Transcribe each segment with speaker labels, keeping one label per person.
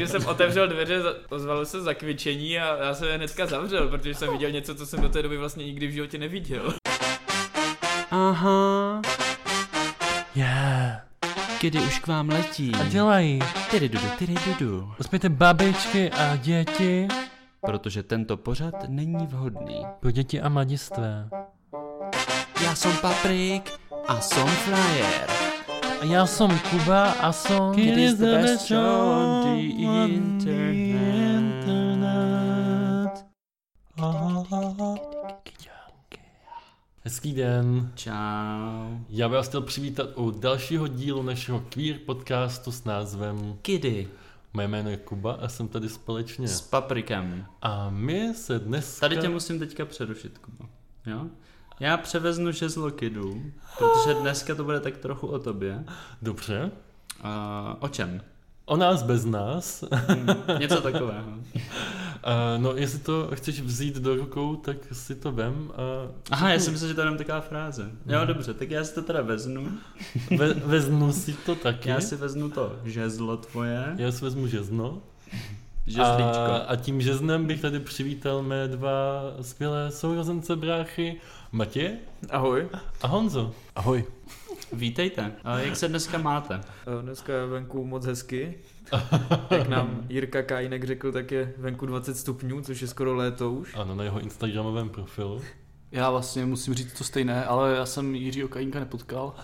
Speaker 1: že jsem otevřel dveře, za- ozvalo se zakvičení a já jsem je hnedka zavřel, protože jsem viděl něco, co jsem do té doby vlastně nikdy v životě neviděl.
Speaker 2: Aha,
Speaker 3: Yeah.
Speaker 2: kdy už k vám letí.
Speaker 3: A dělají.
Speaker 2: Tyry dudu, tyry dudu.
Speaker 3: Uspějte babičky a děti.
Speaker 2: Protože tento pořad není vhodný.
Speaker 3: Pro děti a mladistvé.
Speaker 2: Já jsem Paprik a jsem Flyer.
Speaker 3: A já jsem Kuba a jsem...
Speaker 2: It is the best show on the internet.
Speaker 3: Hezký den.
Speaker 2: Čau.
Speaker 3: Já bych vás chtěl přivítat u dalšího dílu našeho queer podcastu s názvem
Speaker 2: Kdy?
Speaker 3: Moje jméno je Kuba a jsem tady společně.
Speaker 2: S Paprikem.
Speaker 3: A my se dnes.
Speaker 2: Tady tě musím teďka přerušit, Kuba. Jo? Já převeznu žezlo kidů, protože dneska to bude tak trochu o tobě.
Speaker 3: Dobře.
Speaker 2: Uh, o čem?
Speaker 3: O nás bez nás.
Speaker 2: Hm, něco takového.
Speaker 3: A no, jestli to chceš vzít do rukou, tak si to vem a
Speaker 2: Aha, já si myslím, že to je jenom taková fráze.
Speaker 4: Mhm.
Speaker 2: Jo, dobře, tak já si to teda veznu.
Speaker 3: ve, vezmu si to taky.
Speaker 2: Já si veznu to žezlo tvoje,
Speaker 3: Já si vezmu žezno. A,
Speaker 2: žezlíčko.
Speaker 3: a tím žeznem bych tady přivítal mé dva skvělé sourozence bráchy, Matěj
Speaker 1: Ahoj.
Speaker 3: a Honzo. Ahoj.
Speaker 2: Vítejte. A jak se dneska máte?
Speaker 1: Eh, Dneska je venku moc hezky. Jak nám Jirka Kajinek řekl, tak je venku 20 stupňů, což je skoro léto už.
Speaker 3: Ano, na jeho instagramovém profilu.
Speaker 4: Já vlastně musím říct to stejné, ale já jsem Jiřího Kajínka nepotkal,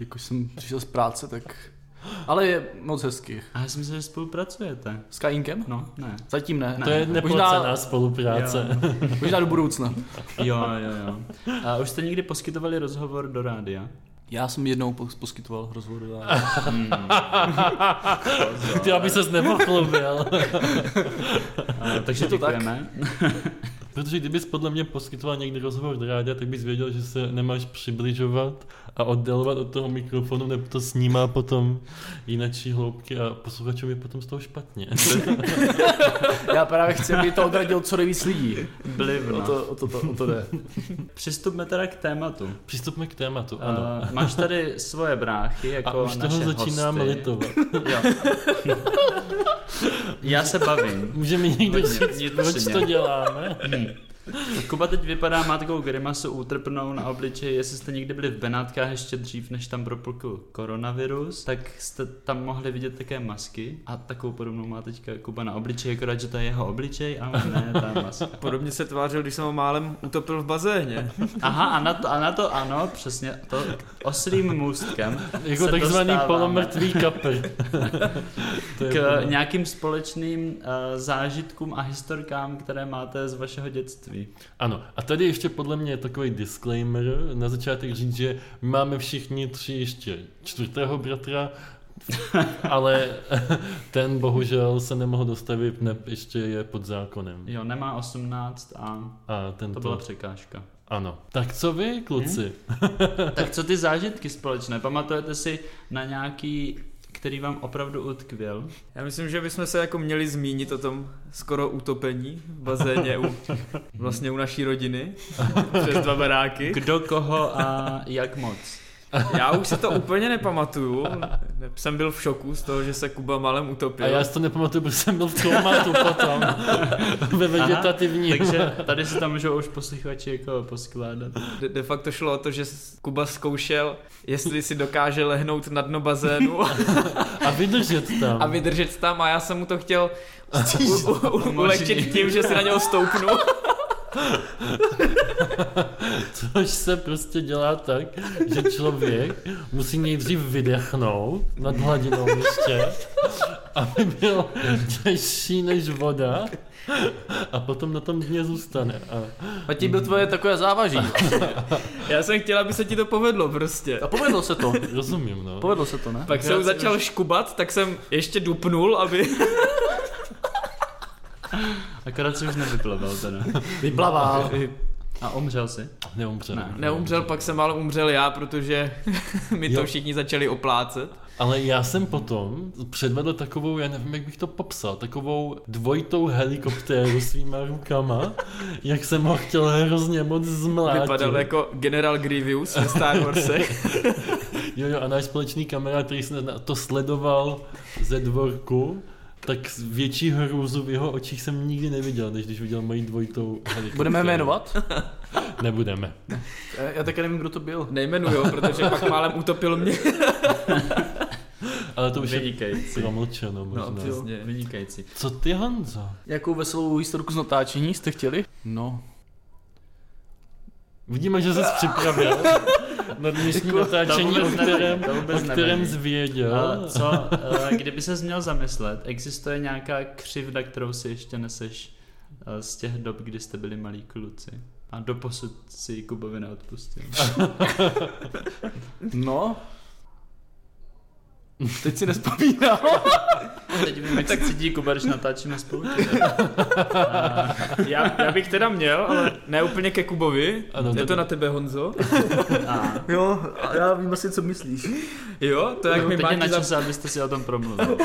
Speaker 4: jakož jsem přišel z práce, tak... Ale je moc hezky.
Speaker 2: A já si myslím, že spolupracujete.
Speaker 4: S Kajínkem?
Speaker 2: No, ne.
Speaker 4: Zatím ne.
Speaker 3: To je
Speaker 4: Možná-
Speaker 3: neplacená spolupráce.
Speaker 2: Jo.
Speaker 4: Možná do budoucna.
Speaker 2: Jo, jo, jo. A už jste někdy poskytovali rozhovor do rádia?
Speaker 4: Já jsem jednou pos- poskytoval rozhovor.
Speaker 2: Hmm.
Speaker 3: Ty, aby ses nepochlubil.
Speaker 2: A, takže
Speaker 4: Je to tak?
Speaker 2: děkujeme.
Speaker 3: Protože kdybys podle mě poskytoval někdy rozhovor do rádia, tak bys věděl, že se nemáš přibližovat a oddalovat od toho mikrofonu, nebo to snímá potom jinačí hloubky a posluchačům je potom z toho špatně.
Speaker 4: Já právě chci, aby to odradil co nejvíc lidí.
Speaker 2: Blivno.
Speaker 4: O to, o to, to, o to jde.
Speaker 2: no. Přistupme teda k tématu.
Speaker 3: Přistupme k tématu, ano.
Speaker 2: Uh, máš tady svoje bráchy jako
Speaker 3: A už toho
Speaker 2: naše
Speaker 3: začínám
Speaker 2: hosty.
Speaker 3: litovat.
Speaker 2: Jo. Já se bavím.
Speaker 3: Může mi někdo
Speaker 2: Hodně
Speaker 3: říct,
Speaker 2: vnitřně.
Speaker 3: proč to děláme?
Speaker 2: Kuba teď vypadá, má takovou grimasu útrpnou na obličeji, jestli jste někdy byli v Benátkách ještě dřív, než tam propukl koronavirus, tak jste tam mohli vidět také masky a takovou podobnou má teďka Kuba na obličeji, akorát, že to je jeho obličej, ale ne ta maska.
Speaker 1: Podobně se tvářil, když jsem ho málem utopil v bazéně.
Speaker 2: Aha, a na to, a na to ano, přesně, to oslým můstkem
Speaker 3: Jako
Speaker 2: se
Speaker 3: takzvaný
Speaker 2: dostáváme
Speaker 3: polomrtvý kapr. To je
Speaker 2: k
Speaker 3: ono.
Speaker 2: nějakým společným uh, zážitkům a historkám, které máte z vašeho dětství.
Speaker 3: Ano, a tady ještě podle mě je takový disclaimer, na začátek říct, že my máme všichni tři ještě čtvrtého bratra, ale ten bohužel se nemohl dostavit, ne, ještě je pod zákonem.
Speaker 2: Jo, nemá 18 a
Speaker 3: A ten
Speaker 2: to Hm? byla překážka.
Speaker 3: Ano. Tak co vy, kluci?
Speaker 2: Tak co ty zážitky společné? Pamatujete si na nějaký, který vám opravdu utkvěl?
Speaker 1: Já myslím, že bychom se jako měli zmínit o tom skoro utopení v bazéně u, vlastně u naší rodiny přes dva baráky.
Speaker 2: Kdo koho a jak moc?
Speaker 1: Já už si to úplně nepamatuju. Ne- Jsem byl v šoku z toho, že se Kuba málem utopil.
Speaker 3: A já si to nepamatuju, protože jsem byl v traumatu potom. Ve vegetativní.
Speaker 2: Takže tady si tam můžou už posluchači jako poskládat.
Speaker 1: De, de facto šlo o to, že s- Kuba zkoušel, jestli si dokáže lehnout na dno bazénu
Speaker 3: A vydržet tam.
Speaker 1: a vydržet tam a já jsem mu to chtěl u, u, u, ulehčit
Speaker 2: Umožnit.
Speaker 1: tím, že si na něho stoupnu.
Speaker 3: Což se prostě dělá tak, že člověk musí nejdřív vydechnout nad hladinou ještě, aby byl těžší než voda a potom na tom dně zůstane. A
Speaker 4: Matěj byl tvoje takové závaží.
Speaker 1: Já jsem chtěl, aby se ti to povedlo prostě.
Speaker 4: A povedlo se to.
Speaker 3: rozumím, no.
Speaker 4: Povedlo se to, ne?
Speaker 1: Pak jsem začal škubat, tak jsem ještě dupnul, aby...
Speaker 2: Akorát si už nevyplaval teda.
Speaker 4: Vyplaval.
Speaker 2: A umřel si?
Speaker 3: Neumřel.
Speaker 2: Ne,
Speaker 1: Neumřel, pak jsem ale umřel já, protože mi to
Speaker 3: Jo.
Speaker 1: všichni začali oplácet.
Speaker 3: Ale já jsem potom předvedl takovou, já nevím, jak bych to popsal, takovou dvojitou helikoptéru svýma rukama, jak jsem ho chtěl hrozně moc zmlátit.
Speaker 1: Vypadal jako generál Grievous ve Star Warsech.
Speaker 3: Jo, jo, a náš společný kamarád, který se na- to sledoval ze dvorku, tak větší hrůzu v jeho očích jsem nikdy neviděl, než když viděl moji dvojitou helikoptéru.
Speaker 4: Budeme jmenovat?
Speaker 3: Nebudeme.
Speaker 4: Eh, Já také nevím, kdo to byl.
Speaker 1: Nejmenujou, protože pak málem utopil mě.
Speaker 3: Ale to už je
Speaker 2: Vynikající.
Speaker 3: promlčeno možná.
Speaker 1: No, přesně.
Speaker 2: Vynikající.
Speaker 3: Co ty, Honzo?
Speaker 4: Jakou veselou historku z natáčení jste chtěli? No,
Speaker 3: Vidíme, že jsi připravil na dnešní natáčení,
Speaker 2: to
Speaker 3: o
Speaker 2: vůbec
Speaker 3: kterém,
Speaker 2: nevadí, to vůbec
Speaker 3: o kterém
Speaker 2: nevadí.
Speaker 3: zvěděl.
Speaker 2: Ale co, eh, kdyby ses měl zamyslet, existuje nějaká křivda, kterou si ještě neseš eh, z těch dob, kdy jste byli malí kluci? A doposud si ji Kubovi neodpustil.
Speaker 4: no. Teď si nespomínám.
Speaker 2: Teď vím, jak se cítí Kuba, když natáčíme spolu. Eh, A
Speaker 1: Já, já bych teda měl, ale ne úplně ke Kubovi. Ano,
Speaker 3: Ano,
Speaker 1: je
Speaker 3: tak-
Speaker 1: to na tebe, Honzo.
Speaker 4: Jo, já vím asi, co myslíš.
Speaker 1: Jo, to jak
Speaker 2: no,
Speaker 1: mi
Speaker 2: teď je na
Speaker 1: Máti za...
Speaker 2: čase, abyste si o tom promluvili.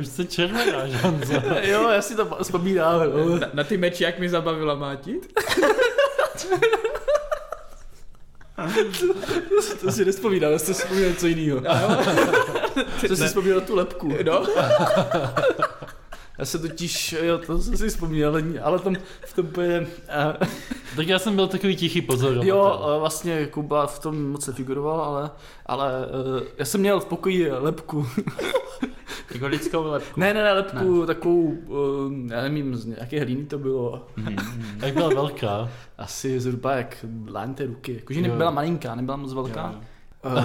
Speaker 3: Už se červenáš, Honzo.
Speaker 4: Jo, já si to vzpomínám. jo.
Speaker 1: Na, na ty meči, jak mi zabavila Máti.
Speaker 4: To si nespomínám, já si vzpomínám něco jiného. Co si vzpomínal tu lepku.
Speaker 1: No,
Speaker 4: Já se totiž, jo, to jsem si vzpomněl, ale- ale tam v tom úplně, eh,
Speaker 3: Tak já jsem byl takový tichý pozorovatel.
Speaker 4: jo, eh, vlastně Kuba v tom moc nefiguroval, ale, ale eh, já jsem měl v pokoji lepku.
Speaker 2: Jako lidskou lepku.
Speaker 4: Ne, ne, ne, lepku takovou, eh, já nevím, z nějaké hlíny to bylo.
Speaker 2: Mhm.
Speaker 3: Jak byla velká.
Speaker 4: Asi zhruba jak dláň té ruky, jakože
Speaker 3: Jo.
Speaker 4: nebyla malinká, nebyla moc velká. Eh.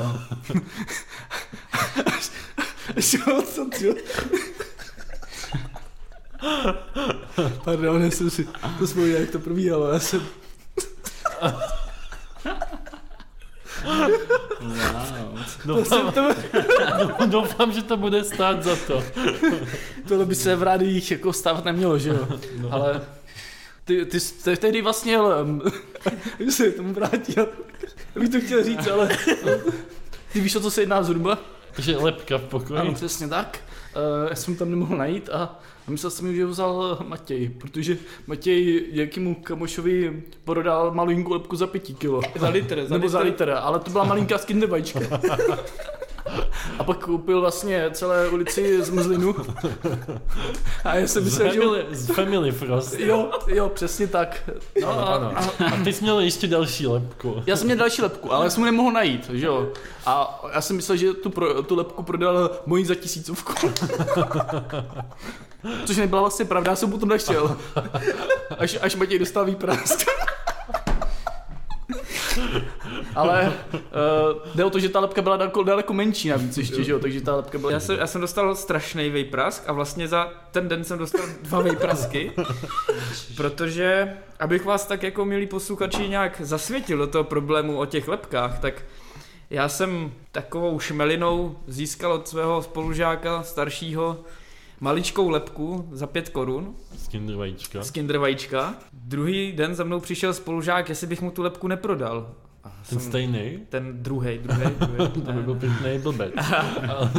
Speaker 2: Jo.
Speaker 4: Jo, co ty? Pardon, já jsem si to vzpomněl, jak to probíhalo, já jsem
Speaker 2: Wow.
Speaker 3: Doufám, doufám, že to bude stát za to.
Speaker 4: Tohle by se v rádiích jako stávat nemělo, že jo? No. Ale ty, ty jste tehdy vlastně jel, ehm, že se k tomu vrátil. Já bych to chtěl říct, ale ty víš, o co se jedná zhruba?
Speaker 3: Takže lepka v pokoji.
Speaker 4: Ano, přesně tak. Eh, Já jsem tam nemohl najít a a myslel jsem, že ho vzal Matěj, protože Matěj nějakému kamošovi prodal malinku lepku za pěti kilo.
Speaker 1: za litr, za
Speaker 4: Nebo za
Speaker 1: litr.
Speaker 4: litr, ale to byla malinká skinderbačka. A pak koupil vlastně celé ulici zmrzlinu. A já jsem
Speaker 3: Z
Speaker 4: myslel, že... ho-
Speaker 3: family, z family Frost.
Speaker 4: Jo, jo, přesně tak. No,
Speaker 3: Ano,
Speaker 4: a,
Speaker 3: ano.
Speaker 4: A,
Speaker 3: A ty jsi měl ještě další lepku.
Speaker 4: já jsem měl další lepku, ale já jsem ji nemohl najít, že jo. A já jsem myslel, že tu, pro, tu lepku prodal mojí za tisícovku. Což nebyla vlastně pravda, já jsem potom nechtěl. Až, až Matěj dostal výprask. Ale uh, jde o to, že ta lepka byla daleko, daleko menší navíc ještě, že jo, takže ta lepka byla...
Speaker 1: Já jsem, já jsem dostal strašný vejprask a vlastně za ten den jsem dostal dva vejprasky, protože abych vás tak jako milí posluchači nějak zasvětil do toho problému o těch lepkách, tak já jsem takovou šmelinou získal od svého spolužáka staršího maličkou lepku za pět korun
Speaker 3: Z Kinder vajíčka.
Speaker 1: z Kinder vajíčka. Druhý den za mnou přišel spolužák, jestli bych mu tu lepku neprodal. A
Speaker 3: Ten
Speaker 1: jsem
Speaker 3: stejný.
Speaker 1: ten druhý, druhý, druhý.
Speaker 3: To by byl pěkný blbec.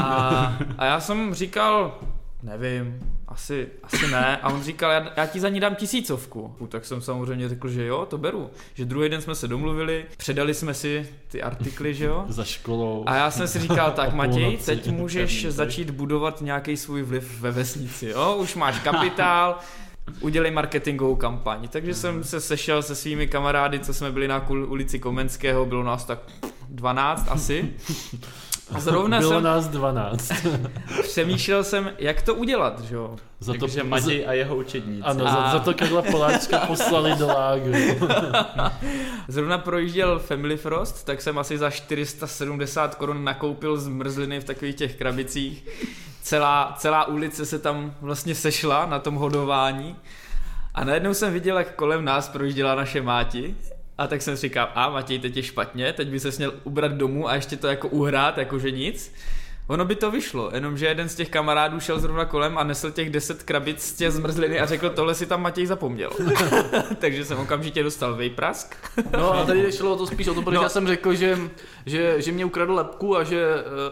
Speaker 1: A, a já jsem říkal, nevím, asi, asi ne. A on říkal, já, já ti za ní dám tisícovku. U, Tak jsem samozřejmě řekl, že jo, to beru. Že druhý den jsme se domluvili, předali jsme si ty artikly, že jo.
Speaker 3: Za školou.
Speaker 1: A já jsem si říkal, tak
Speaker 3: O
Speaker 1: Matěj,
Speaker 3: půlnoci.
Speaker 1: teď můžeš
Speaker 2: Pevný,
Speaker 1: začít budovat nějaký svůj vliv ve vesnici, jo? Už máš kapitál, udělej marketingovou kampaň. Takže jsem se sešel se svými kamarády, co jsme byli na kul- ulici Komenského, bylo nás tak 12 asi. A zrovna
Speaker 3: Bylo
Speaker 1: jsem
Speaker 3: nás 12.
Speaker 1: přemýšlel jsem, jak to udělat, že jo?
Speaker 3: Za to,
Speaker 2: Takže Matěj a jeho učedníci.
Speaker 3: Ano,
Speaker 1: A-
Speaker 3: za, za to Karla Poláčka poslali do lágru.
Speaker 1: Zrovna projížděl Family Frost, tak jsem asi za 470 korun nakoupil zmrzliny v takových těch krabicích. Celá, celá ulice se tam vlastně sešla na tom hodování. A najednou jsem viděl, jak kolem nás projížděla naše máti. A tak jsem si říkal, a Matěj, teď je špatně, teď by se měl ubrat domů a ještě to jako uhrát, jakože nic. Ono by to vyšlo, jenomže jeden z těch kamarádů šel zrovna kolem a nesl těch 10 krabic z těch zmrzliny a řekl, tohle si tam Matěj zapomněl. Takže jsem okamžitě dostal vejprask.
Speaker 4: No a tady šlo o to spíš o to, protože
Speaker 1: No.
Speaker 4: já jsem řekl, že, že, že mě ukradl lepku a že,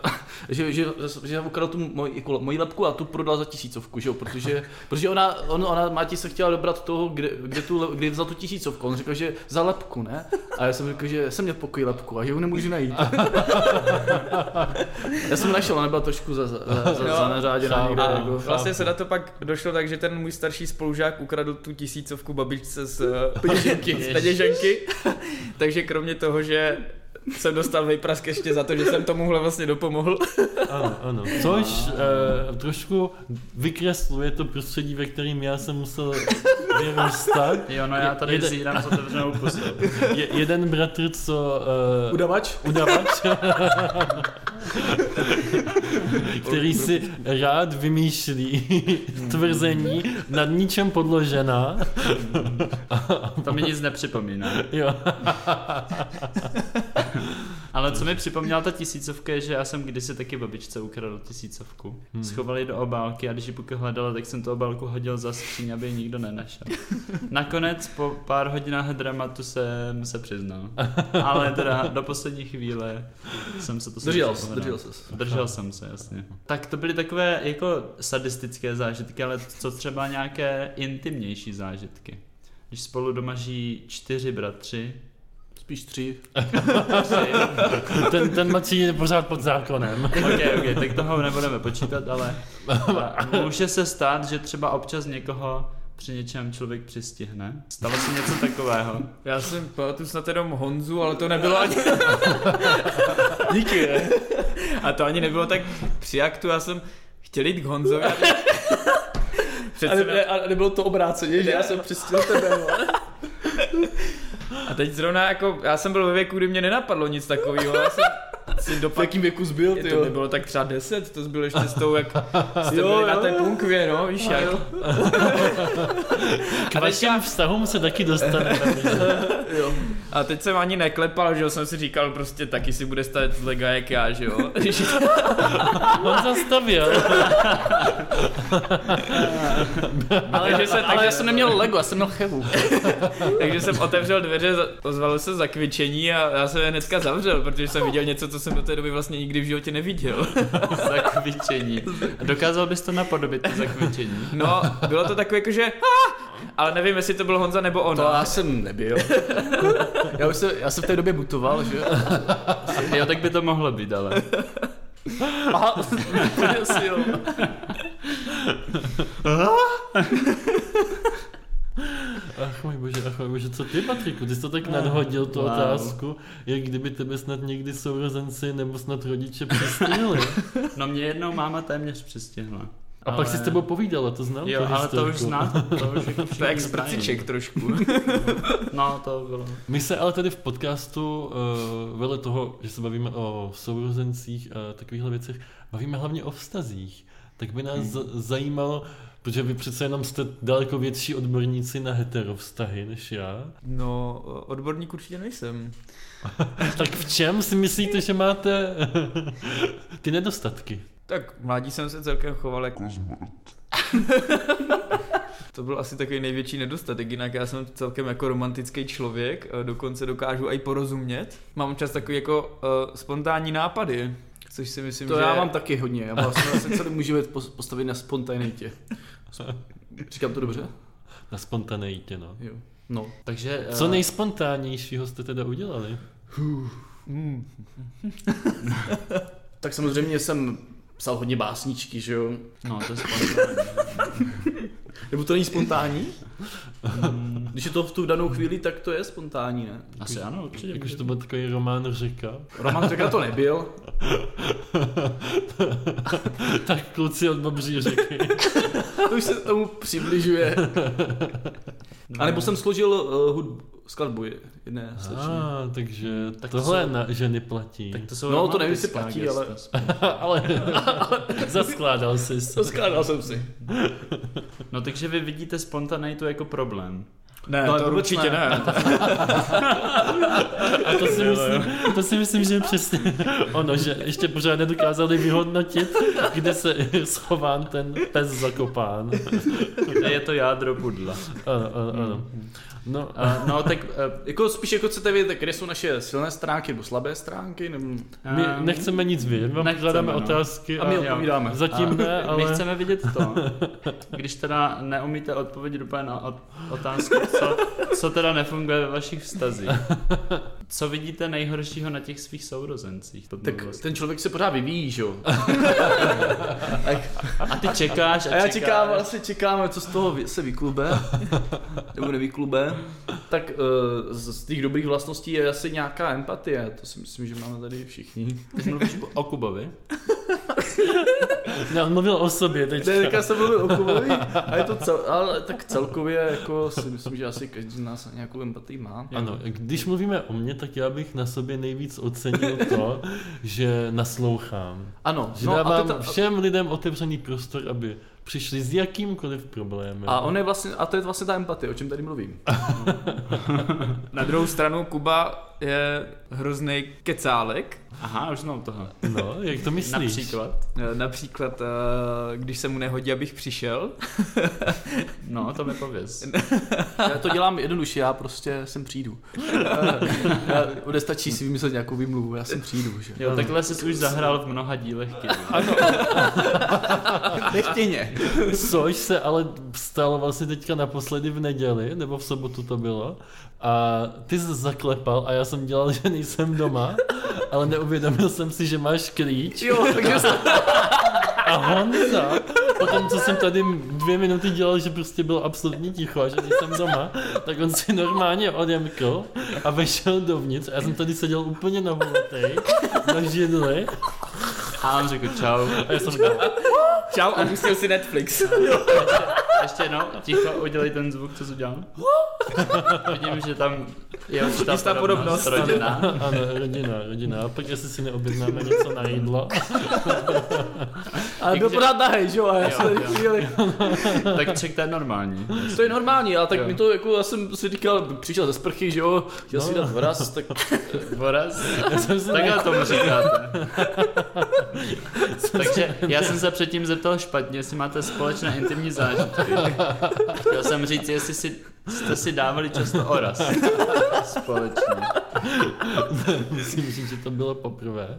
Speaker 4: eh, že, že, že jsem ukradl tu moji, jako, moji lepku a tu prodal za tisícovku, že jo, protože, protože ona, on, ona Máti se chtěla dobrat toho, kde, kde, tu, le- kde vzal tu tisícovku, on řekl, že za lepku, ne? A já jsem řekl, že jsem měl v pokoji lepku a že ho nemůžu najít. já jsem našel, ona byla trošku za, za, za, za,
Speaker 1: No.
Speaker 4: zanařáděná někde.
Speaker 1: A
Speaker 4: Jako,
Speaker 1: vlastně se na to pak došlo tak, že ten můj starší spolužák ukradl tu tisícovku babičce z eh, z peněženky. Takže kromě toho, že jsem dostal vejprask ještě za to, že jsem tomuhle vlastně dopomohl.
Speaker 3: Ano, ano. Což eh, trošku vykresluje to prostředí, ve kterým já jsem musel vyrůstat.
Speaker 2: Jo, no já tady
Speaker 3: Jede-
Speaker 2: zírám s otevřenou pusou.
Speaker 3: Je, jeden bratr, co... eh,
Speaker 4: Udavač?
Speaker 3: udavač, který si rád vymýšlí tvrzení nad ničem podložená.
Speaker 2: To mi nic nepřipomíná.
Speaker 3: Jo.
Speaker 2: Ale co mi připomněla ta tisícovka je, že já jsem kdysi taky babičce ukradl tisícovku. Hmm. Schoval ji do obálky a když ji pokud hledala, tak jsem tu obálku hodil za skříň, aby ji nikdo nenašel. Nakonec po pár hodinách dramatu jsem se přiznal. Ale teda do poslední chvíle jsem se to
Speaker 4: Držel
Speaker 2: jsem
Speaker 4: se,
Speaker 2: přiznal.
Speaker 4: držel se.
Speaker 2: Držel jsem se, jasně. Tak to byly takové jako sadistické zážitky, ale co třeba nějaké intimnější zážitky. Když spolu doma žijí čtyři bratři,
Speaker 4: Spíš tři.
Speaker 2: tři,
Speaker 3: Ten, ten mladší je pořád pod zákonem.
Speaker 2: Ok, ok, tak toho nebudeme počítat, ale ale může se stát, že třeba občas někoho při něčem člověk přistihne. Stalo se něco takového.
Speaker 1: Já jsem pamatuju snad jenom Honzu, ale to nebylo ani...
Speaker 4: Díky, ne?
Speaker 1: A to ani nebylo tak při aktu, já jsem chtěl jít k Honzovi. a-
Speaker 4: A,
Speaker 1: Přece
Speaker 4: ne, a nebylo to obráceně, že já jsem přistil tebe, no. vole.
Speaker 1: A teď zrovna jako, já jsem byl ve věku, kdy mě nenapadlo nic takového, já jsem si
Speaker 4: V
Speaker 1: dopadl,
Speaker 4: jakým věku zbyl, ty
Speaker 1: je to by bylo tak třeba 10, to byl ještě s tou, jak jste
Speaker 4: Jo,
Speaker 1: byli na
Speaker 4: jo,
Speaker 1: té
Speaker 4: jo.
Speaker 1: punkvě, no, víš jak.
Speaker 3: K vašim vztahům se taky dostaneme.
Speaker 4: jo.
Speaker 1: A teď jsem ani neklepal, že jo, jsem si říkal prostě taky si bude stát lega jak já, že jo.
Speaker 3: On zastavil.
Speaker 4: Ale,
Speaker 1: Takže
Speaker 4: že
Speaker 1: se-
Speaker 4: se, ale
Speaker 1: takže-
Speaker 4: já jsem neměl Lego, já jsem měl chevu.
Speaker 1: Takže jsem otevřel dveře, za- ozvalo se zakvičení a já jsem je hnedka zavřel, protože jsem viděl něco, co jsem do té doby vlastně nikdy v životě neviděl.
Speaker 2: Zakvičení. Dokázal bys to napodobit, to zakvičení?
Speaker 1: No, bylo to takové jako, že ale nevím, jestli to byl Honza nebo
Speaker 4: To
Speaker 1: ona.
Speaker 4: já jsem nebyl. Já, už jsem, já jsem v té době butoval, že?
Speaker 2: Jo, tak by to mohlo být, ale.
Speaker 4: Aha, si, jo.
Speaker 3: Ach můj bože, ach můj bože, co ty Patriku, ty jsi to tak nadhodil tu
Speaker 2: Wow.
Speaker 3: otázku, jak kdyby tebe snad někdy sourozenci nebo snad rodiče přistihli.
Speaker 2: No mě jednou máma téměř přistihla.
Speaker 3: A
Speaker 2: Ale-
Speaker 3: pak si s tebou povídala, to znám.
Speaker 2: Jo,
Speaker 3: tu
Speaker 2: ale to už
Speaker 3: historku.
Speaker 2: znám. To už jako
Speaker 1: To je jak
Speaker 2: všichni
Speaker 1: z
Speaker 2: znají.
Speaker 1: prciček trošku.
Speaker 2: No, to bylo.
Speaker 3: My se ale tady v podcastu, uh, vedle toho, že se bavíme o sourozencích a takovýchhle věcech, bavíme hlavně o vztazích. Tak by nás
Speaker 2: Hmm.
Speaker 3: z- zajímalo, protože vy přece jenom jste daleko větší odborníci na heterovztahy než já.
Speaker 1: No, odborník určitě nejsem.
Speaker 3: Tak v čem si myslíte, že máte ty nedostatky?
Speaker 1: Tak v mládí jsem se celkem choval jako To byl asi takový největší nedostatek, jinak já jsem celkem jako romantický člověk, eh, dokonce dokážu i porozumět. Mám čas takový jako uh, spontánní nápady, což si myslím,
Speaker 4: To
Speaker 1: že...
Speaker 4: já mám taky hodně. Já vlastně se celý můj život pos- postavit na spontanitě. Říkám to dobře?
Speaker 3: Na spontaneitě, no.
Speaker 4: Jo. No.
Speaker 2: Takže...
Speaker 3: Co
Speaker 2: eh,
Speaker 3: nejspontánnějšího jste teda udělali?
Speaker 4: Tak samozřejmě jsem psal hodně básničky, že jo?
Speaker 2: No, to je spontánní.
Speaker 4: Nebo to není spontánní? Když je to v tu danou chvíli, tak to je spontánní, ne?
Speaker 2: Asi ano, určitě.
Speaker 3: Jak už to byl takový román řeka.
Speaker 4: Roman Řekra to nebyl.
Speaker 3: Tak kluci od Bobří řeky.
Speaker 4: To už se tomu přibližuje. A nebo jsem složil uh, hudbu, skladbu je- jedné slečny.
Speaker 3: Ah, takže
Speaker 2: Tak to
Speaker 3: tohle
Speaker 2: jsou-
Speaker 3: na ženy platí.
Speaker 2: Tak to jsou
Speaker 4: No, to nevím, jestli
Speaker 2: romantická
Speaker 4: platí, ale-
Speaker 2: gesta.
Speaker 3: Ale zaskládal jsi se.
Speaker 4: To skládal jsem si.
Speaker 2: No takže vy vidíte spontaneitu jako problém.
Speaker 1: Ne,
Speaker 4: No,
Speaker 1: to
Speaker 4: vůbec
Speaker 1: určitě
Speaker 4: ne.
Speaker 1: ne.
Speaker 3: A to si, myslím, to si myslím, že je přesně ono, že ještě pořád nedokázali vyhodnotit, kde se je schován ten pes zakopán.
Speaker 2: Kde je to jádro pudla. Hmm.
Speaker 3: Ano, ano, ano. No,
Speaker 2: A, no tak eh,
Speaker 4: Jako spíš jako chcete vědět, kde jsou naše silné stránky nebo slabé stránky, nebo...
Speaker 3: my
Speaker 2: ehm,
Speaker 3: nechceme nic vědět, vám
Speaker 2: nechceme,
Speaker 3: klademe
Speaker 2: no.
Speaker 3: otázky
Speaker 4: A my
Speaker 2: jo.
Speaker 4: odpovídáme.
Speaker 3: zatím ne,
Speaker 2: My
Speaker 3: ale...
Speaker 2: chceme vidět to, když teda neumíte odpovědět úplně na ot- otázku, co, co teda nefunguje ve vašich vztazích. Co vidíte nejhoršího na těch svých sourozencích? To
Speaker 4: Tak
Speaker 2: bylo vlastně.
Speaker 4: ten člověk se pořád vyvíjí, že jo?
Speaker 2: A ty čekáš a,
Speaker 4: A já
Speaker 2: čekáš.
Speaker 4: čekám, vlastně čekáme, co z toho vy- se vyklube, nebo nevyklube. Tak eh, z z těch dobrých vlastností je asi nějaká empatie, to si myslím, že máme tady všichni.
Speaker 2: Teď mluvíš o Kubovi?
Speaker 3: Já mluvil o sobě teď.
Speaker 4: Ne, teďka jsem mluvil o Kubovi, a je to cel, ale tak celkově jako si myslím, že asi každý z nás nějakou empatii má.
Speaker 3: Ano, když mluvíme o mně, tak já bych na sobě nejvíc ocenil to, že naslouchám.
Speaker 4: Ano,
Speaker 3: Že no,
Speaker 4: no a,
Speaker 3: dávám
Speaker 4: ty ta,
Speaker 3: všem lidem otevřený prostor, aby přišli s jakýmkoliv problémem.
Speaker 4: a, on je vlastně, a to je vlastně ta empatie, o čem tady mluvím.
Speaker 1: Na druhou stranu Kuba je hrozný kecálek.
Speaker 2: Aha, už znám toho.
Speaker 3: No, jak to myslíš?
Speaker 2: Například.
Speaker 1: Eh, Například, eh, když se mu nehodí, abych přišel.
Speaker 2: No, to mi pověz.
Speaker 4: Já to dělám jednoduše, já prostě sem přijdu. Eh, Já, nestačí si vymyslet nějakou výmluvu, já sem přijdu, že?
Speaker 2: Jo, takhle jsi už zahrál v mnoha dílech Kivu.
Speaker 4: Nechtěně.
Speaker 3: Což se ale stalo vlastně teďka naposledy v neděli, nebo v sobotu to bylo. A ty jsi zaklepal a já jsem dělal, že nejsem doma, ale neuvědomil jsem si, že máš klíč.
Speaker 4: Jo, takže
Speaker 3: A Honza, potom co jsem tady dvě minuty dělal, že prostě bylo absolutně ticho a že nejsem doma, tak on si normálně odemkl a vešel dovnitz a já jsem tady seděl úplně na hulatej, na židli
Speaker 2: A on řekl čau.
Speaker 3: a já jsem říkal,
Speaker 1: Čau a pustil si Netflix.
Speaker 2: Ještě jednou, ticho, udělej ten zvuk, co jsi udělal. Vidím, že tam je určitá
Speaker 1: Jistá
Speaker 2: podobnost,
Speaker 1: podobnost,
Speaker 2: rodina.
Speaker 3: ano, rodina, rodina, pak jestli si neobjednáme něco na jídlo.
Speaker 4: Ale byl
Speaker 2: Takže-
Speaker 4: pořád nahej, že jo? A já
Speaker 2: Jo,
Speaker 4: jsem tady
Speaker 2: jo.
Speaker 4: chvíli.
Speaker 2: Tak ček, to je normální.
Speaker 4: To je normální, ale tak
Speaker 2: Jo.
Speaker 4: mi to jako, já jsem si říkal, přišel ze sprchy, že jo, chtěl si
Speaker 3: No.
Speaker 4: dát vraz, tak
Speaker 2: Voraz,
Speaker 3: Já jsem se
Speaker 2: takhle tomu říkáte. Takže já jsem se předtím zeptal špatně, jestli máte společné intimní zážitky. Chtěl jsem říct, jestli si, jste si dávali často oraz. Společně.
Speaker 3: Musím říct, že to bylo poprvé.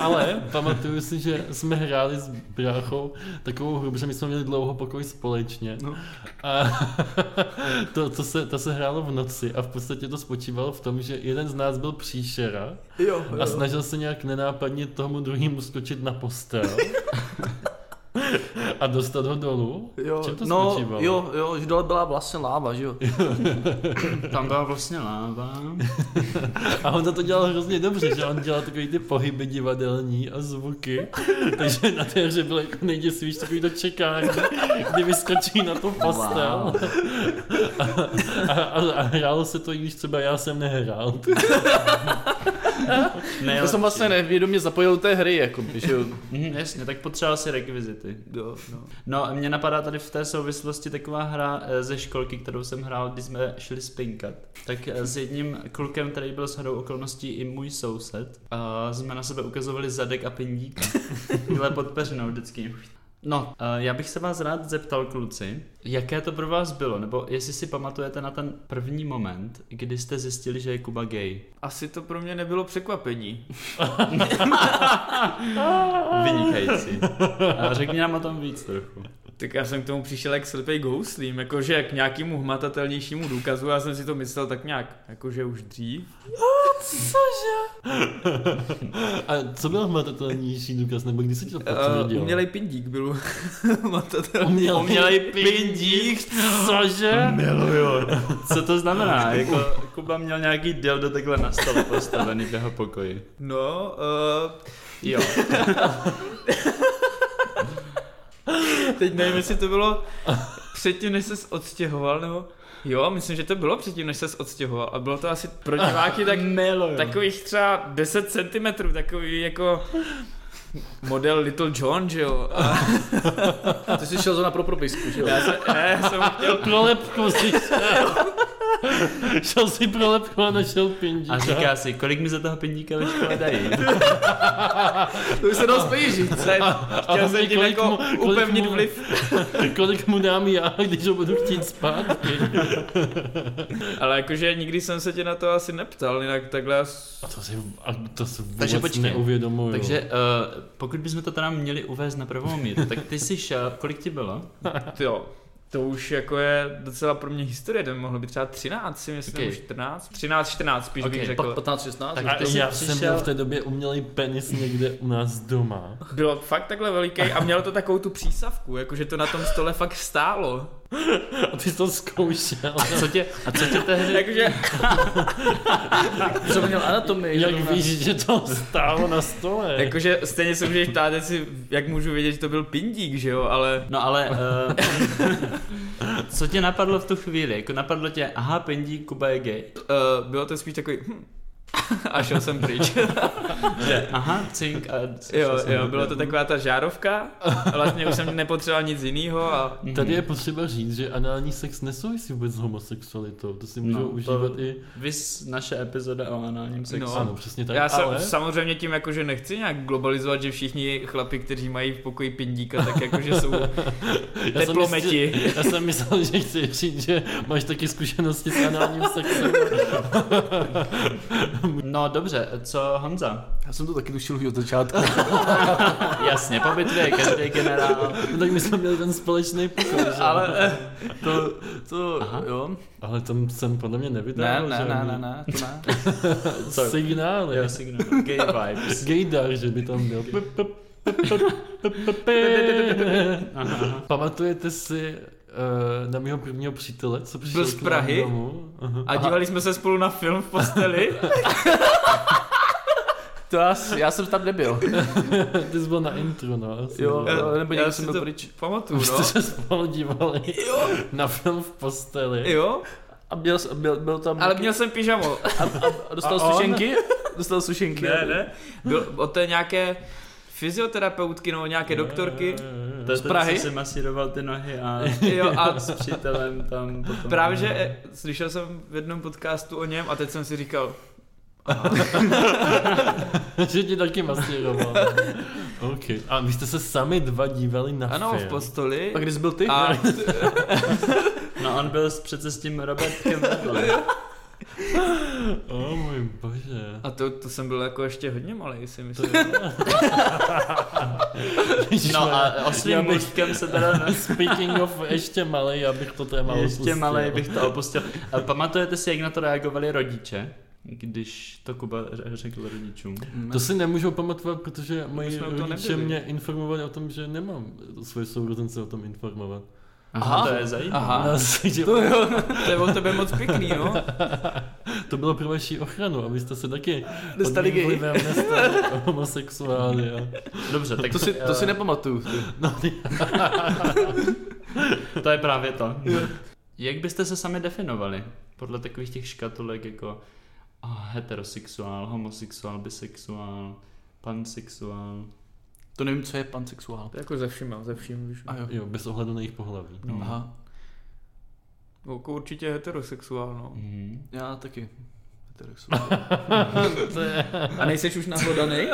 Speaker 3: Ale pamatuju si, že jsme hráli s bráchou takovou hru, protože my jsme měli dlouho pokoj společně.
Speaker 4: No.
Speaker 3: A to, to, se, to se hrálo v noci a v podstatě to spočívalo v tom, že jeden z nás byl příšera
Speaker 4: jo, jo.
Speaker 3: a snažil se nějak nenápadně tomu druhému skočit na postel. A dostat ho dolů?
Speaker 4: Jo,
Speaker 3: v čem to
Speaker 4: no,
Speaker 3: spočívalo?
Speaker 4: jo, jo, že dole byla vlastně láva, že jo.
Speaker 2: Tam byla vlastně láva.
Speaker 3: A on to dělal hrozně dobře, že on dělal takový ty pohyby divadelní a zvuky, takže na té hře bylo jako nejděsivější takový to čekání, kdy vyskočí na to postel. A, a, a hrálo se to, i když třeba já jsem nehrál.
Speaker 4: To
Speaker 2: Nejlepší.
Speaker 4: jsem vlastně nevědomě zapojil do té hry, jako, že jo.
Speaker 2: Mhm, jasně, tak potřeboval si rekvizity.
Speaker 4: jo no.
Speaker 2: No a mě napadá tady v té souvislosti taková hra eh, ze školky, kterou jsem hrál, když jsme šli spinkat. Tak eh, s jedním klukem, který byl shodou okolností i můj soused, a jsme na sebe ukazovali zadek a pindík. Takhle pod peřinou vždycky. No, eh, já bych se vás rád zeptal, kluci, jaké to pro vás bylo, nebo jestli si pamatujete na ten první moment, kdy jste zjistili, že je Kuba gay.
Speaker 1: Asi to pro mě nebylo překvapení.
Speaker 2: Vynikající. A řekni nám o tom víc trochu.
Speaker 1: Tak já jsem k tomu přišel jak slepej k houslím, jakože k nějakému hmatatelnějšímu důkazu, já jsem si to myslel tak nějak, jakože už dřív.
Speaker 3: A co byl hmatatelnější důkaz, nebo kdy se ti to
Speaker 4: Eh,
Speaker 1: Uh,
Speaker 3: potvrdilo?
Speaker 1: umělej pindík byl hmatatelný.
Speaker 3: Umělej.
Speaker 2: Umělej pindík, cože? Miluju. Co to znamená? Jako, Kuba měl nějaký dildo takhle na stole postavený v jeho pokoji.
Speaker 1: No, uh,
Speaker 2: Jo.
Speaker 1: teď nevím, jestli to bylo předtím, než ses odstěhoval, nebo... Jo, myslím, že to bylo předtím, než ses odstěhoval a bylo to asi pro diváky tak
Speaker 2: miluju.
Speaker 1: takových třeba 10 cm, takový jako model Little John, že jo. A
Speaker 4: Ty jsi šel zrovna pro propisku, že jo.
Speaker 1: já jsem, já jsem chtěl
Speaker 3: Prolepku si šel. Šel si pro lepku a našel pindíka.
Speaker 2: A říká si, kolik mi za toho pindíka ve škole dají.
Speaker 4: To už se dalo spížit.
Speaker 1: Jsem, chtěl jsem
Speaker 3: vlastně
Speaker 1: tím
Speaker 3: kolik
Speaker 1: jako
Speaker 3: mu- kolik
Speaker 1: upevnit
Speaker 3: mu-
Speaker 1: vliv.
Speaker 3: Kolik mu dám já, když ho budu chtít zpátky?
Speaker 1: Ale jakože nikdy jsem se tě na to asi neptal, jinak takhle... s-
Speaker 3: A to si, a to si vůbec
Speaker 2: Takže počkej.
Speaker 3: neuvědomuju.
Speaker 2: Takže uh, pokud bychom to teda měli uvést na pravou míru, tak ty jsi šel, kolik ti bylo?
Speaker 1: Jo, to už jako je docela pro mě historie, to by mohlo být třeba 13, si myslím,
Speaker 2: Ok.
Speaker 1: okay. 14. 13, 14 spíš
Speaker 2: Ok,
Speaker 1: bych
Speaker 4: Pak
Speaker 1: řekl.
Speaker 4: 15, 16.
Speaker 2: Tak
Speaker 4: Tak.
Speaker 3: a
Speaker 2: ty jsi
Speaker 3: já jsem
Speaker 2: přišel-
Speaker 3: měl v té době umělý penis někde u nás doma.
Speaker 1: Bylo fakt takhle veliký a mělo to takovou tu přísavku, jakože to na tom stole fakt stálo.
Speaker 3: A ty jsi to zkoušel.
Speaker 2: A co tě, a co tě tehdy,
Speaker 1: Takže
Speaker 4: Co měl anatomii?
Speaker 3: Jak
Speaker 4: zrovna.
Speaker 3: víš, že to stálo na stole?
Speaker 1: Jakože stejně se můžeš ptát, jestli, jak můžu vědět, že to byl pindík, že jo, ale...
Speaker 2: No ale uh, co tě napadlo v tu chvíli? Jako napadlo tě, aha, pendík, Kuba je gay.
Speaker 1: Uh, bylo to spíš takový... Hm. A šel jsem pryč.
Speaker 2: Že, Eh, aha, cink. A
Speaker 1: jo, jo, bylo to taková ta žárovka. Vlastně už jsem nepotřeboval nic jiného a...
Speaker 3: Tady je potřeba říct, že anální sex nesouvisí vůbec s homosexualitou. To si můžou
Speaker 2: No,
Speaker 3: no,
Speaker 2: to-
Speaker 3: užívat i...
Speaker 2: Vys naše epizoda o análním sexu.
Speaker 1: No.
Speaker 3: Ano, přesně tak.
Speaker 1: Já
Speaker 3: ale...
Speaker 1: ale... samozřejmě tím jakože nechci nějak globalizovat, že všichni chlapi, kteří mají v pokoji pindíka, tak jakože jsou
Speaker 3: Já jsem
Speaker 1: teplometi.
Speaker 3: myslel- Já jsem myslel, že chci říct, že máš taky zkušenosti s análním sexem.
Speaker 2: No dobře, co Honza?
Speaker 4: Já jsem to taky tušil už od začátku.
Speaker 2: Jasně, po bitvě je každý generál.
Speaker 3: No tak my jsme měli ten společný pokoj, že?
Speaker 4: Ale eh, to, to
Speaker 2: Aha.
Speaker 4: jo.
Speaker 3: Ale tam jsem podle mě nevydal.
Speaker 4: Ne, ne,
Speaker 3: žádný
Speaker 4: ne, ne, ne, to ne.
Speaker 2: Co?
Speaker 3: Signály.
Speaker 2: Jo, signál. Gay vibes.
Speaker 3: Gejdar, že by tam byl. P- p- p- p- p- p- p- Pamatujete si eh, na mého prvního přítele, co přišel
Speaker 1: z
Speaker 3: k nám
Speaker 1: Prahy?
Speaker 3: domů? Aha.
Speaker 1: A dívali jsme se spolu na film v posteli.
Speaker 4: To já, s- já jsem tam nebyl.
Speaker 3: Ty jsi byl na intro, no. asi,
Speaker 4: Jo,
Speaker 3: že?
Speaker 4: jo, nebo
Speaker 1: Já
Speaker 4: někde
Speaker 1: si
Speaker 4: jsem byl
Speaker 1: to
Speaker 4: pryč.
Speaker 1: Pamatuju,
Speaker 3: Už
Speaker 1: no.
Speaker 3: jste se spolu dívali na film v posteli.
Speaker 1: Jo,
Speaker 4: A měl, s- byl, byl tam...
Speaker 1: ale měl jsem pyžamo.
Speaker 4: A, a, a dostal
Speaker 3: A on?
Speaker 4: sušenky? Dostal sušenky?
Speaker 1: Byl od té nějaké fyzioterapeutky nebo nějaké doktorky.
Speaker 2: To je
Speaker 4: Z Prahy?
Speaker 2: To, co si masíroval ty nohy a
Speaker 1: Jo, a
Speaker 2: s přítelem tam potom.
Speaker 1: právě, že eh, slyšel jsem v jednom podcastu o něm a teď jsem si říkal,
Speaker 3: že ti taky masíroval. OK. A vy jste se sami dva dívali na
Speaker 1: ano,
Speaker 3: film.
Speaker 1: v posteli.
Speaker 4: A kde jsi byl ty?
Speaker 1: A
Speaker 2: No on byl s- přece s tím Robertkem No, vedle.
Speaker 3: O můj bože.
Speaker 1: A to, to jsem byl jako ještě hodně malý, si myslím.
Speaker 2: No a o svým
Speaker 3: Já bych-
Speaker 2: mužkem se teda
Speaker 3: Speaking of ještě malej, abych to téma
Speaker 2: ještě
Speaker 3: opustil.
Speaker 2: malej bych to opustil. A pamatujete si, jak na to reagovali rodiče? Když to Kuba ře- řekl rodičům.
Speaker 3: To si nemůžu pamatovat, protože moji
Speaker 1: jsme u toho
Speaker 3: rodiče
Speaker 1: nebyli.
Speaker 3: mě informovali o tom, že nemám svoje sourozence o tom informovat.
Speaker 2: Aha, to je zajímavé.
Speaker 1: Aha,
Speaker 3: No, asi, že-
Speaker 1: to jo, to je od tebe moc pěkný, no.
Speaker 3: to bylo pro vaší ochranu, abyste se taky pod
Speaker 4: Dostali
Speaker 3: mým
Speaker 4: gay.
Speaker 3: vlivem nestali homosexuály. A... No,
Speaker 2: Dobře, tak
Speaker 4: To si, to
Speaker 2: eh,
Speaker 4: si nepamatuju.
Speaker 2: To je právě to. Jak byste se sami definovali? Podle takových těch škatulek jako oh, heterosexuál, homosexuál, bisexuál, pansexuál.
Speaker 4: To nevím, co je pansexuál.
Speaker 1: Jako ze vším, ze vším, víš.
Speaker 4: A jo.
Speaker 3: Jo, bez ohledu na jejich pohlaví.
Speaker 2: No.
Speaker 4: Aha,
Speaker 1: Jako určitě heterosexuál, no.
Speaker 2: Mhm.
Speaker 4: já taky. Heterosexuál.
Speaker 1: A nejseš už nahlodanej?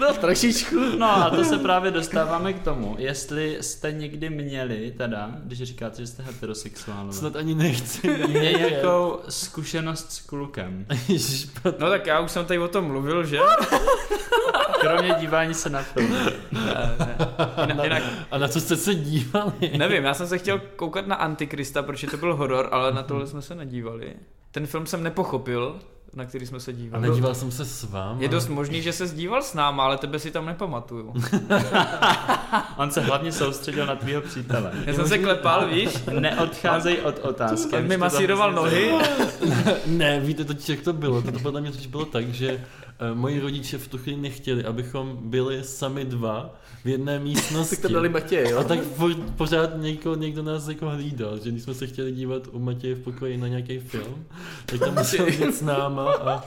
Speaker 4: No, trošičku.
Speaker 2: No a to se právě dostáváme k tomu, jestli jste někdy měli, teda, když říkáte, že jste heterosexuálové,
Speaker 3: Snad ani nechci. vědět.
Speaker 2: nějakou zkušenost s klukem.
Speaker 3: Ježiš, proto-
Speaker 1: No tak já už jsem tady o tom mluvil, že?
Speaker 2: Kromě dívání se na film.
Speaker 1: Jinak, jinak
Speaker 3: A na co jste se dívali?
Speaker 1: nevím, já jsem se chtěl koukat na Antikrista, protože to byl horor, ale na tohle jsme se nedívali. Ten film jsem nepochopil, na který jsme se
Speaker 3: A
Speaker 1: dívali.
Speaker 3: nedíval jsem se s váma.
Speaker 1: Je dost možný, že se zdíval s náma, ale tebe si tam nepamatuju.
Speaker 2: On se hlavně soustředil na tvýho přítele.
Speaker 1: Já jsem se klepal, víš?
Speaker 2: Neodcházej od otázky.
Speaker 1: On
Speaker 2: Už
Speaker 1: mi
Speaker 2: to tam
Speaker 1: masíroval
Speaker 2: hrozně
Speaker 1: nohy.
Speaker 3: Ne, víte totiž, jak to bylo. To podle mě totiž bylo tak, že eh, moji rodiče v tu chvíli nechtěli, abychom byli sami dva v jedné místnosti.
Speaker 4: Tak to dali Matěj,
Speaker 3: a
Speaker 4: jo?
Speaker 3: No tak furt- pořád někdo, někdo nás jako hlídal, že když jsme se chtěli dívat u Matěje v pokoji na nějaký film, tak tam musel být s náma a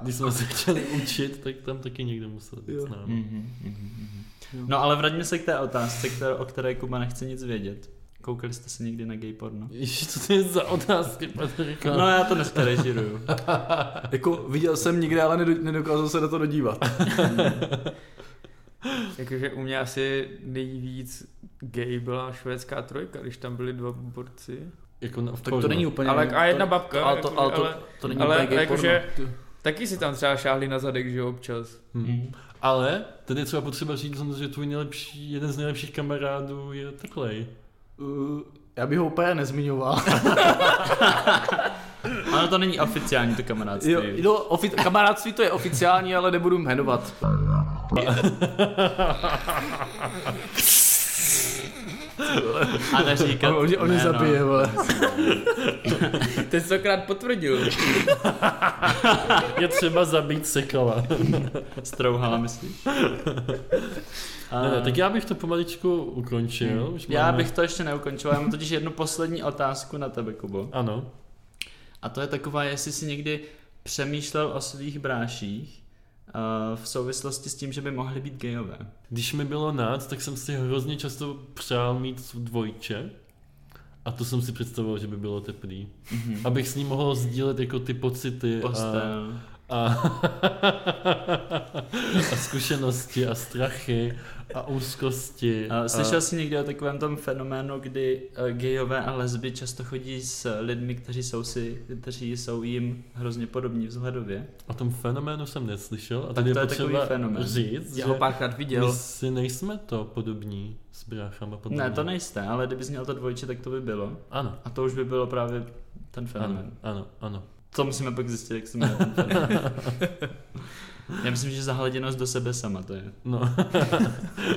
Speaker 3: když jsme se chtěli učit, tak tam taky někdo musel být s náma.
Speaker 2: Mhm, mhm, mhm. No ale vraťme se k té otázce, které, o které Kuba nechce nic vědět. Koukali jste se někdy na gay porno?
Speaker 3: Ježiš, co to je za otázky, Patrika?
Speaker 2: No já to dneska režiruju.
Speaker 4: Jako viděl jsem nikde, ale nedo- nedokázal se na to dodívat.
Speaker 1: Jakože u mě asi nejvíc gay byla švédská trojka, když tam byli dva borci.
Speaker 3: jako na, v
Speaker 4: Tak to není úplně...
Speaker 1: Ale, a jedna
Speaker 4: to-
Speaker 1: babka, jako
Speaker 4: Ale to, ale to, to není
Speaker 1: ale
Speaker 4: úplně gay
Speaker 1: jakože-
Speaker 4: porno.
Speaker 1: taky si tam třeba šáhli na zadek, že jo, občas.
Speaker 3: Hmm. Ale tady je třeba potřeba říct, že tvůj nejlepší, jeden z nejlepších kamarádů je takovej.
Speaker 4: Uh, já bych ho úplně nezmiňoval.
Speaker 2: Ano, to není oficiální to kamarádství.
Speaker 4: Jo, no, ofi- kamarádství to je oficiální, ale nebudu jmenovat.
Speaker 2: A neříkat no,
Speaker 4: On, on je
Speaker 2: jméno.
Speaker 4: zabije, vole.
Speaker 1: Ten jsi tokrát potvrdil.
Speaker 3: Je třeba zabít sekala.
Speaker 2: Strouhala, myslíš? A...
Speaker 3: Ne, ne, tak já bych to pomaličku ukončil. Už
Speaker 2: Já
Speaker 3: máme-
Speaker 2: bych to ještě neukončil, já mám totiž jednu poslední otázku na tebe, Kubo.
Speaker 3: Ano.
Speaker 2: A to je taková, jestli jsi někdy přemýšlel o svých bráších eh, v souvislosti s tím, že by mohly být gejové.
Speaker 3: Když mi bylo náct, tak jsem si hrozně často přál mít dvojče. A to jsem si představoval, že by bylo teplý.
Speaker 2: Mhm.
Speaker 3: Mm-hmm. Abych s ním mohl sdílet jako ty pocity a,
Speaker 2: Postel.
Speaker 3: a, a zkušenosti a strachy a úzkosti.
Speaker 2: A Eh,
Speaker 4: Eh,
Speaker 2: Slyšel jsi někdy o takovém tom fenoménu, kdy eh, gejové a lesby často chodí s lidmi, kteří jsou, si, kteří jsou jim hrozně podobní vzhledově?
Speaker 3: O tom fenoménu jsem neslyšel a
Speaker 2: Tak
Speaker 3: tady
Speaker 2: to
Speaker 3: je
Speaker 2: je
Speaker 3: potřeba
Speaker 2: takový fenomén.
Speaker 3: říct,
Speaker 1: Já
Speaker 3: že
Speaker 1: ho párkrát
Speaker 3: my
Speaker 1: viděl.
Speaker 3: si nejsme to podobní s bráchama. Podobně.
Speaker 2: Ne, to nejste, ale kdybys měl to dvojče, tak to by bylo.
Speaker 3: Ano,
Speaker 2: A to už by bylo právě ten
Speaker 3: ano,
Speaker 2: fenomén.
Speaker 3: ano, ano.
Speaker 2: To musíme pak zjistit, jak se jmenuje ten fenomén. Já myslím, že zahleděnost do sebe sama to je.
Speaker 3: No.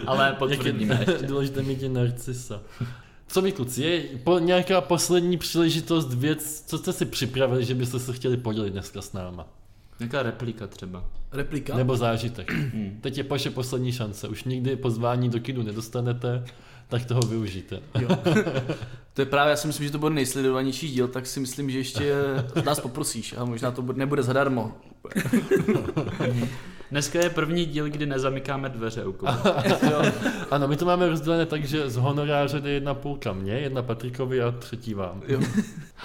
Speaker 2: Ale potvrdíme
Speaker 3: Jak je
Speaker 2: ještě.
Speaker 3: důležité mít je narcisa. Co vy kluci, je po, nějaká poslední příležitost, věc, co jste si připravili, že byste se chtěli podělit dneska s náma?
Speaker 2: Nějaká replika třeba.
Speaker 4: Replika?
Speaker 3: Nebo zážitek.
Speaker 4: Hmm.
Speaker 3: Teď je vaše poslední šance, už nikdy pozvání do kidu nedostanete, tak toho využijte.
Speaker 4: To je právě, já si myslím, že to bude nejsledovanější díl, tak si myslím, že ještě nás poprosíš a možná to bude, nebude zadarmo.
Speaker 2: Dneska je první díl, kdy nezamykáme dveře u Kuby.
Speaker 3: Ano, my to máme rozdělené tak, že z honoráře jde jedna půlka mě, jedna Patrikovi a třetí vám.
Speaker 4: Jo.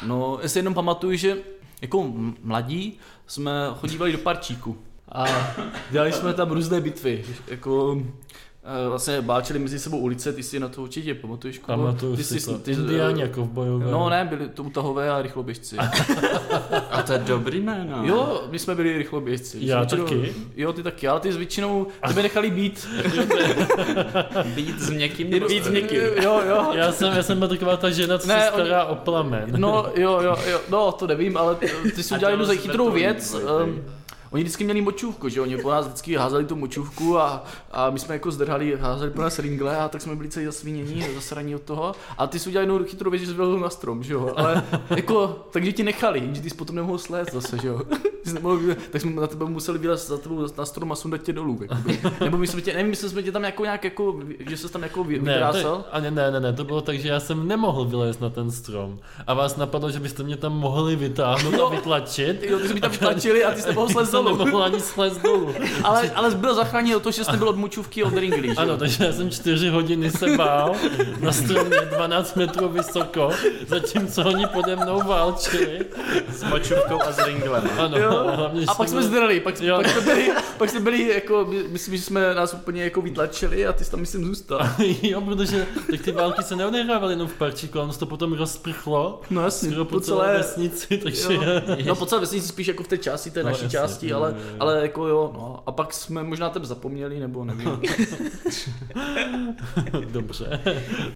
Speaker 4: No, já si jenom pamatuju, že jako m- mladí jsme chodívali do parčíku a dělali jsme tam různé bitvy, jako eh, vlastně báčeli mezi sebou ulice, ty si na to určitě pamatuješ, Kubo.
Speaker 3: Pamatuju
Speaker 4: ty
Speaker 3: si
Speaker 4: jsi-
Speaker 3: to.
Speaker 4: ty-
Speaker 3: Indiáni jako v bojové.
Speaker 4: No ne, byli to utahové a rychloběžci.
Speaker 2: A to je dobrý jméno.
Speaker 4: Jo, my jsme byli rychloběžci.
Speaker 3: Já taky.
Speaker 4: Jo, ty taky, ale ty s většinou tebe nechali být.
Speaker 2: Být s někým
Speaker 1: Je víc někým.
Speaker 4: Jo, jo.
Speaker 3: Já jsem, já jsem byl taková ta žena, co
Speaker 4: Ne,
Speaker 3: se stará o plamen.
Speaker 4: No, jo, jo, jo, no, to nevím, ale t- ty jsi
Speaker 2: A
Speaker 4: udělali
Speaker 2: dělal
Speaker 4: jednu
Speaker 2: jsi
Speaker 4: chytrou
Speaker 2: betonu,
Speaker 4: věc.
Speaker 2: Vojtej.
Speaker 4: Um, oni vždycky měli močůvku, že jo? Oni po nás vždycky házeli tu močůvku a, a my jsme jako zdrhali, házeli po nás ringle a tak jsme byli celý zasvinění, zasraní od toho. A ty jsi udělal jednu chytrou věc, že jsi byl na strom, že jo? Ale jako, takže ti nechali, jenže ty jsi potom nemohl slézt zase, že jo? Ty jsi nemohl, vylez- tak jsme na tebe museli vylézt za tebou na strom a sundat tě dolů. Jako. Nebo my jsme tě, nevím, jestli jsme tě tam jako nějak, jako, že jsi tam jako vy,
Speaker 3: Ne,
Speaker 4: vykrásal.
Speaker 3: to, a ne, ne, ne, ne, to bylo tak, že já jsem nemohl vylézt na ten strom. A vás napadlo, že byste mě tam mohli vytáhnout
Speaker 4: No.
Speaker 3: a vytlačit.
Speaker 4: Jo, ty jsi mi tam tlačili a ty jsi nemohl
Speaker 3: Já
Speaker 4: slézt
Speaker 3: jsem
Speaker 4: dolů.
Speaker 3: nemohl ani slézt dolů.
Speaker 4: Ale, ale byl zachránil to, že jsi nebyl od mučůvky od ringly, že?
Speaker 3: Ano, takže já jsem čtyři hodiny se bál na stromě 12 metrů vysoko, zatímco oni pode mnou válčili.
Speaker 2: S močovkou a s ringlem.
Speaker 3: Ano,
Speaker 4: Jo.
Speaker 3: hlavně, že
Speaker 4: A pak
Speaker 3: jsem
Speaker 4: jsme
Speaker 3: byl-
Speaker 4: zdrli, pak,
Speaker 3: Jo.
Speaker 4: pak, jsme byli, pak jsme byli jako, my- myslím, že jsme nás úplně jako vytlačili a ty jsi tam myslím zůstal.
Speaker 3: Jo, protože tak ty války se neodehrávaly jenom v parčíku, ono se to potom rozprchlo.
Speaker 4: No jasně,
Speaker 3: Skoro
Speaker 4: po
Speaker 3: po celé
Speaker 4: celé,
Speaker 3: vesnici, takže...
Speaker 4: jo. no po celé vesnici spíš jako v té části, té
Speaker 3: No,
Speaker 4: naší
Speaker 3: jasně,
Speaker 4: části,
Speaker 3: jo,
Speaker 4: ale,
Speaker 3: jo, jo.
Speaker 4: ale jako jo, no. A pak jsme možná tebe zapomněli, nebo nevím.
Speaker 3: Dobře.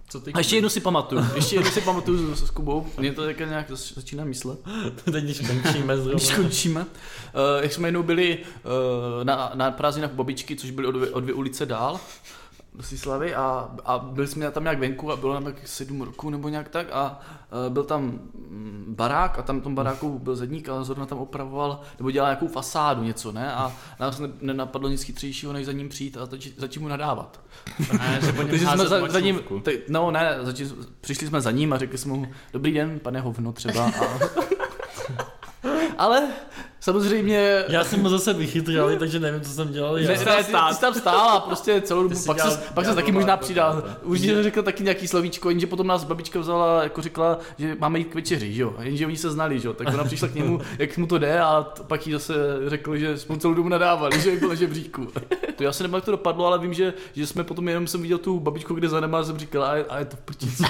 Speaker 2: Co ty
Speaker 4: A ještě jednu si pamatuju, ještě jednu si pamatuju s, s Kubou, mě to také nějak zač- začíná myslet.
Speaker 3: Teď když končíme
Speaker 4: Když
Speaker 3: zrovna.
Speaker 4: skončíme. Uh, jak jsme jednou byli uh, na, na prázdninách u babičky, což byly o dvě, o dvě ulice dál do Sislavy a, a byli jsme tam nějak venku a bylo nám tak sedm roků nebo nějak tak a uh, byl tam mm, barák a tam v tom baráku byl zedník a zrovna tam opravoval nebo dělal nějakou fasádu něco, ne? A nás ne, nenapadlo nic chytřejšího, než za ním přijít a zač, začít mu nadávat.
Speaker 2: Ne, že po něm
Speaker 4: Takže jsme
Speaker 2: házet
Speaker 4: za, za ním,
Speaker 2: močovku.
Speaker 4: tak, no ne, zači, přišli jsme za ním a řekli jsme mu, dobrý den, pane hovno třeba a ale samozřejmě...
Speaker 3: Já jsem ho zase vychytrali, takže nevím, co jsem dělal. Já.
Speaker 4: Ne, ne, ty, ty jsi tam stál a prostě celou dobu,
Speaker 2: jsi
Speaker 4: pak
Speaker 2: dělal-
Speaker 4: se pak ses
Speaker 2: dělal
Speaker 4: taky možná
Speaker 2: blbá
Speaker 4: přidal.
Speaker 2: advokát.
Speaker 4: Určitě jsem řekl taky nějaký slovíčko, jenže potom nás babička vzala, jako řekla, že máme jít k večeři, že jo, A jenže oni se znali, že jo, tak ona přišla k němu, jak mu to jde a t- pak jí zase řekl, že jsme mu celou dobu nadávali, že jako na žebříku. To já se nevím, jak to dopadlo, ale vím, že, že jsme potom jenom jsem viděl tu babičku, kde za nema, a jsem říkal, a, je- a je to prdíc,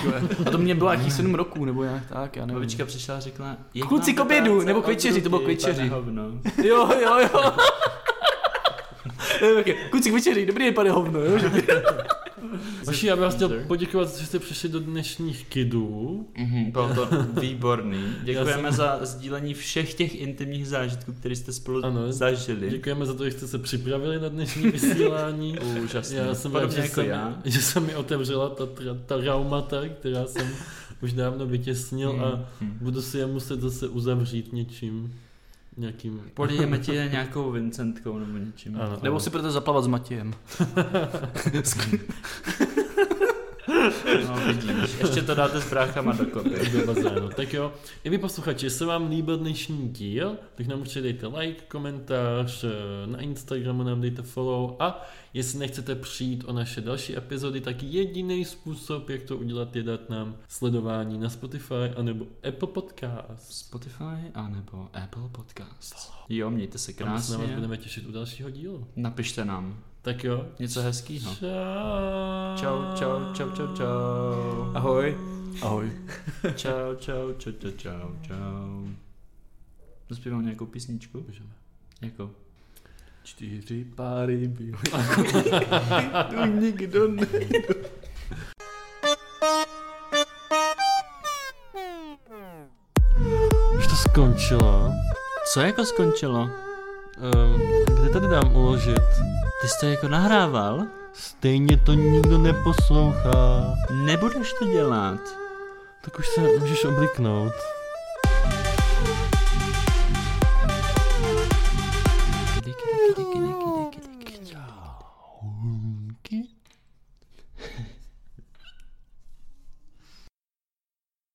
Speaker 4: A to mě bylo nějakých 7 roků, nebo nějak tak, já nevím.
Speaker 2: Babička přišla a řekla... "Jak
Speaker 4: Kluci,
Speaker 2: máte
Speaker 4: No. k obědu,
Speaker 2: práce
Speaker 4: nebo k
Speaker 2: od
Speaker 4: večeři, to bylo k
Speaker 2: ruky, pane
Speaker 4: večeři.
Speaker 2: hovno?"
Speaker 4: Jo, jo, jo. Okay. Kuci k večeři, dobrý den, pane hovno, jo? že-
Speaker 3: Vaši, já bych vás chtěl poděkovat, že jste přišli do dnešních kidů.
Speaker 2: Mhm, Bylo to výborný.
Speaker 3: Já
Speaker 2: Děkujeme za sdílení všech těch intimních zážitků, které jste spolu
Speaker 3: Ano.
Speaker 2: zažili.
Speaker 3: Děkujeme za to, že jste se připravili na dnešní vysílání.
Speaker 2: Úžasný.
Speaker 3: Já jsem rád,
Speaker 2: Podobně
Speaker 3: že,
Speaker 2: jako
Speaker 3: jsem,
Speaker 2: já.
Speaker 3: že jsem mi otevřela ta, tra- ta traumata, která jsem už dávno vytěsnil a
Speaker 2: Hmm,
Speaker 3: budu si je muset zase uzavřít něčím, nějakým...
Speaker 2: Polijeme ti je nějakou Vincentkou nebo něčím.
Speaker 3: Ano, ano.
Speaker 4: Nebo si budete zaplavat s Matějem.
Speaker 2: No, vidíš. Ještě to dáte s bráchama dokopy.
Speaker 3: do bazénu. Tak jo, i vy posluchači, jestli vám líbil dnešní díl, tak nám určitě dejte like, komentář, eh, na Instagramu nám dejte follow a jestli nechcete přijít o naše další epizody, tak jediný způsob, jak to udělat, je dát nám sledování na Spotify anebo Apple Podcast.
Speaker 2: Spotify a nebo Apple Podcast. Jo, mějte se
Speaker 3: Tam se na vás
Speaker 2: krásně.
Speaker 3: budeme těšit u dalšího dílu.
Speaker 2: Napište nám
Speaker 3: Tak jo.
Speaker 2: něco hezkého.
Speaker 3: Čau.
Speaker 2: No. Čau, čau, čau, čau, čau.
Speaker 1: Ahoj.
Speaker 4: Ahoj.
Speaker 2: Čau, čau, čau, čau, čau, čau. Zaspívám nějakou písničku?
Speaker 3: Můžeme.
Speaker 2: Jako?
Speaker 4: Čtyři páry byl. tu nikdo ne.
Speaker 3: Už to skončilo.
Speaker 2: Co jako skončilo?
Speaker 3: Ehm, kde tady dám uložit?
Speaker 2: Ty jsi to jako nahrával?
Speaker 3: Stejně to nikdo neposlouchá.
Speaker 2: Nebudeš to dělat.
Speaker 3: Tak už se můžeš obliknout.
Speaker 2: Kdy, kdy, kdy, kdy, kdy.